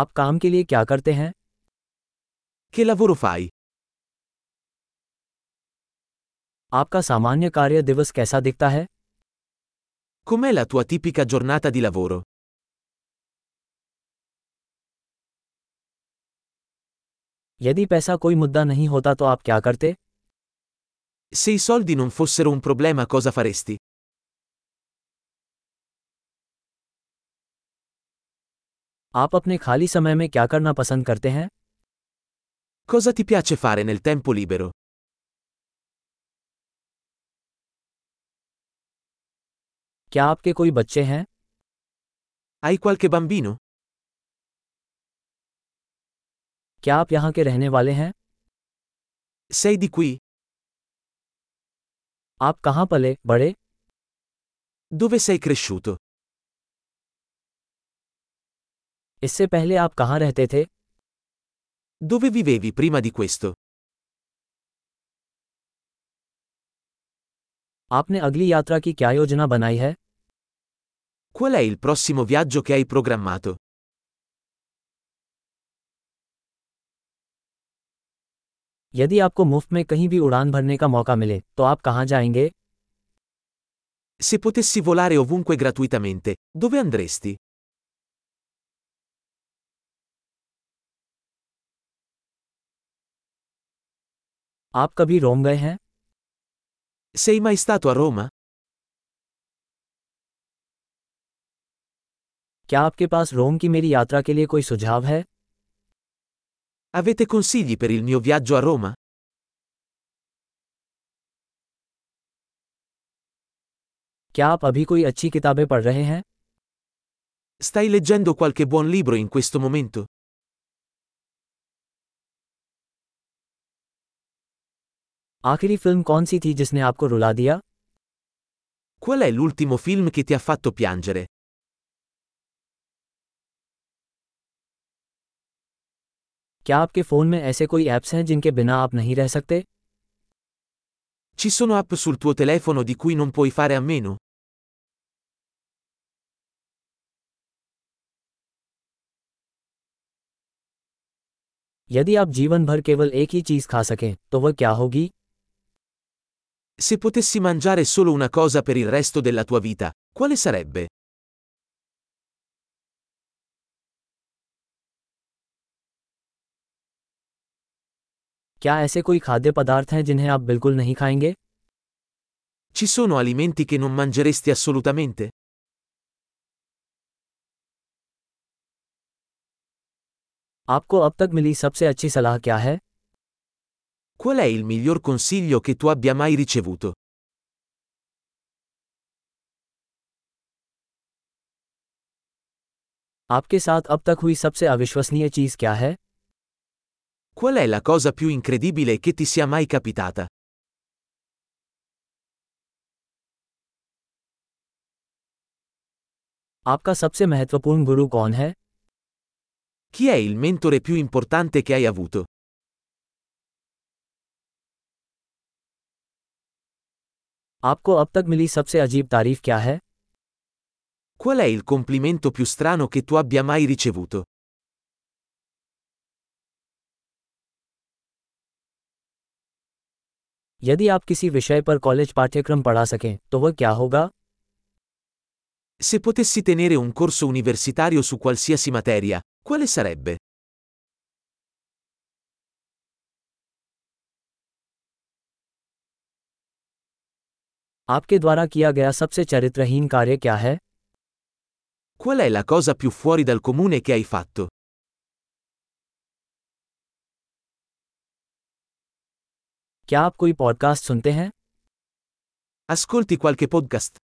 आप काम के लिए क्या करते हैं Che lavoro fai? आपका सामान्य कार्य दिवस कैसा दिखता है Com'è la tua tipica giornata di lavoro? यदि पैसा कोई मुद्दा नहीं होता तो आप क्या करते Se i soldi non fossero un problema cosa faresti? आप अपने खाली समय में क्या करना पसंद करते हैं Cosa ti piace fare nel tempo libero? क्या आपके कोई बच्चे हैं Hai qualche bambino? क्या आप यहाँ के रहने वाले हैं Sei di qui? आप कहाँ पले बड़े Dove sei cresciuto? इससे पहले आप कहाँ रहते थे Dove vivevi prima di questo? आपने अगली यात्रा की क्या योजना बनाई है Qual è il prossimo viaggio che hai programmato? यदि आपको मुफ्त में कहीं भी उड़ान भरने का मौका मिले तो आप कहाँ जाएंगे Se potessi volare ovunque gratuitamente, dove andresti? आप कभी रोम गए हैं Sei mai stato a Roma? क्या आपके पास रोम की मेरी यात्रा के लिए कोई सुझाव है Avete consigli per il mio viaggio a Roma? क्या आप अभी कोई अच्छी किताबें पढ़ रहे हैं Stai leggendo qualche buon libro in questo momento? आखिरी फिल्म कौन सी थी जिसने आपको रुला दिया Qual è l'ultimo film che ti ha fatto piangere? क्या आपके फ़ोन में ऐसे कोई ऐप्स हैं जिनके बिना आप नहीं रह सकते Ci sono app sul tuo telefono di cui non puoi fare a meno? यदि आप जीवन भर केवल एक ही चीज़ खा सकें तो वह क्या होगी Se potessi mangiare solo una cosa per il resto della tua vita, quale sarebbe? क्या ऐसे कोई खाद्य पदार्थ हैं जिन्हें आप बिल्कुल नहीं खाएंगे Ci sono alimenti che non mangeresti assolutamente? आपको अब तक मिली सबसे अच्छी सलाह क्या है Qual è il miglior consiglio che tu abbia mai ricevuto? आपके साथ अब तक हुई सबसे अविश्वसनीय चीज़ क्या है Qual è la cosa più incredibile che ti sia mai capitata? आपका सबसे महत्वपूर्ण गुरु कौन है Chi è il mentore più importante che hai avuto? आपको अब तक मिली सबसे अजीब तारीफ क्या है Qual è il complimento più strano che tu abbia mai ricevuto? यदि आप किसी विषय पर कॉलेज पाठ्यक्रम पढ़ा सकें तो वह क्या होगा Se potessi tenere un corso universitario su qualsiasi materia, quale sarebbe? आपके द्वारा किया गया सबसे चरित्रहीन कार्य क्या है Qual è la cosa più fuori dal comune che hai fatto? क्या आप कोई पॉडकास्ट सुनते हैं Ascolti qualche podcast?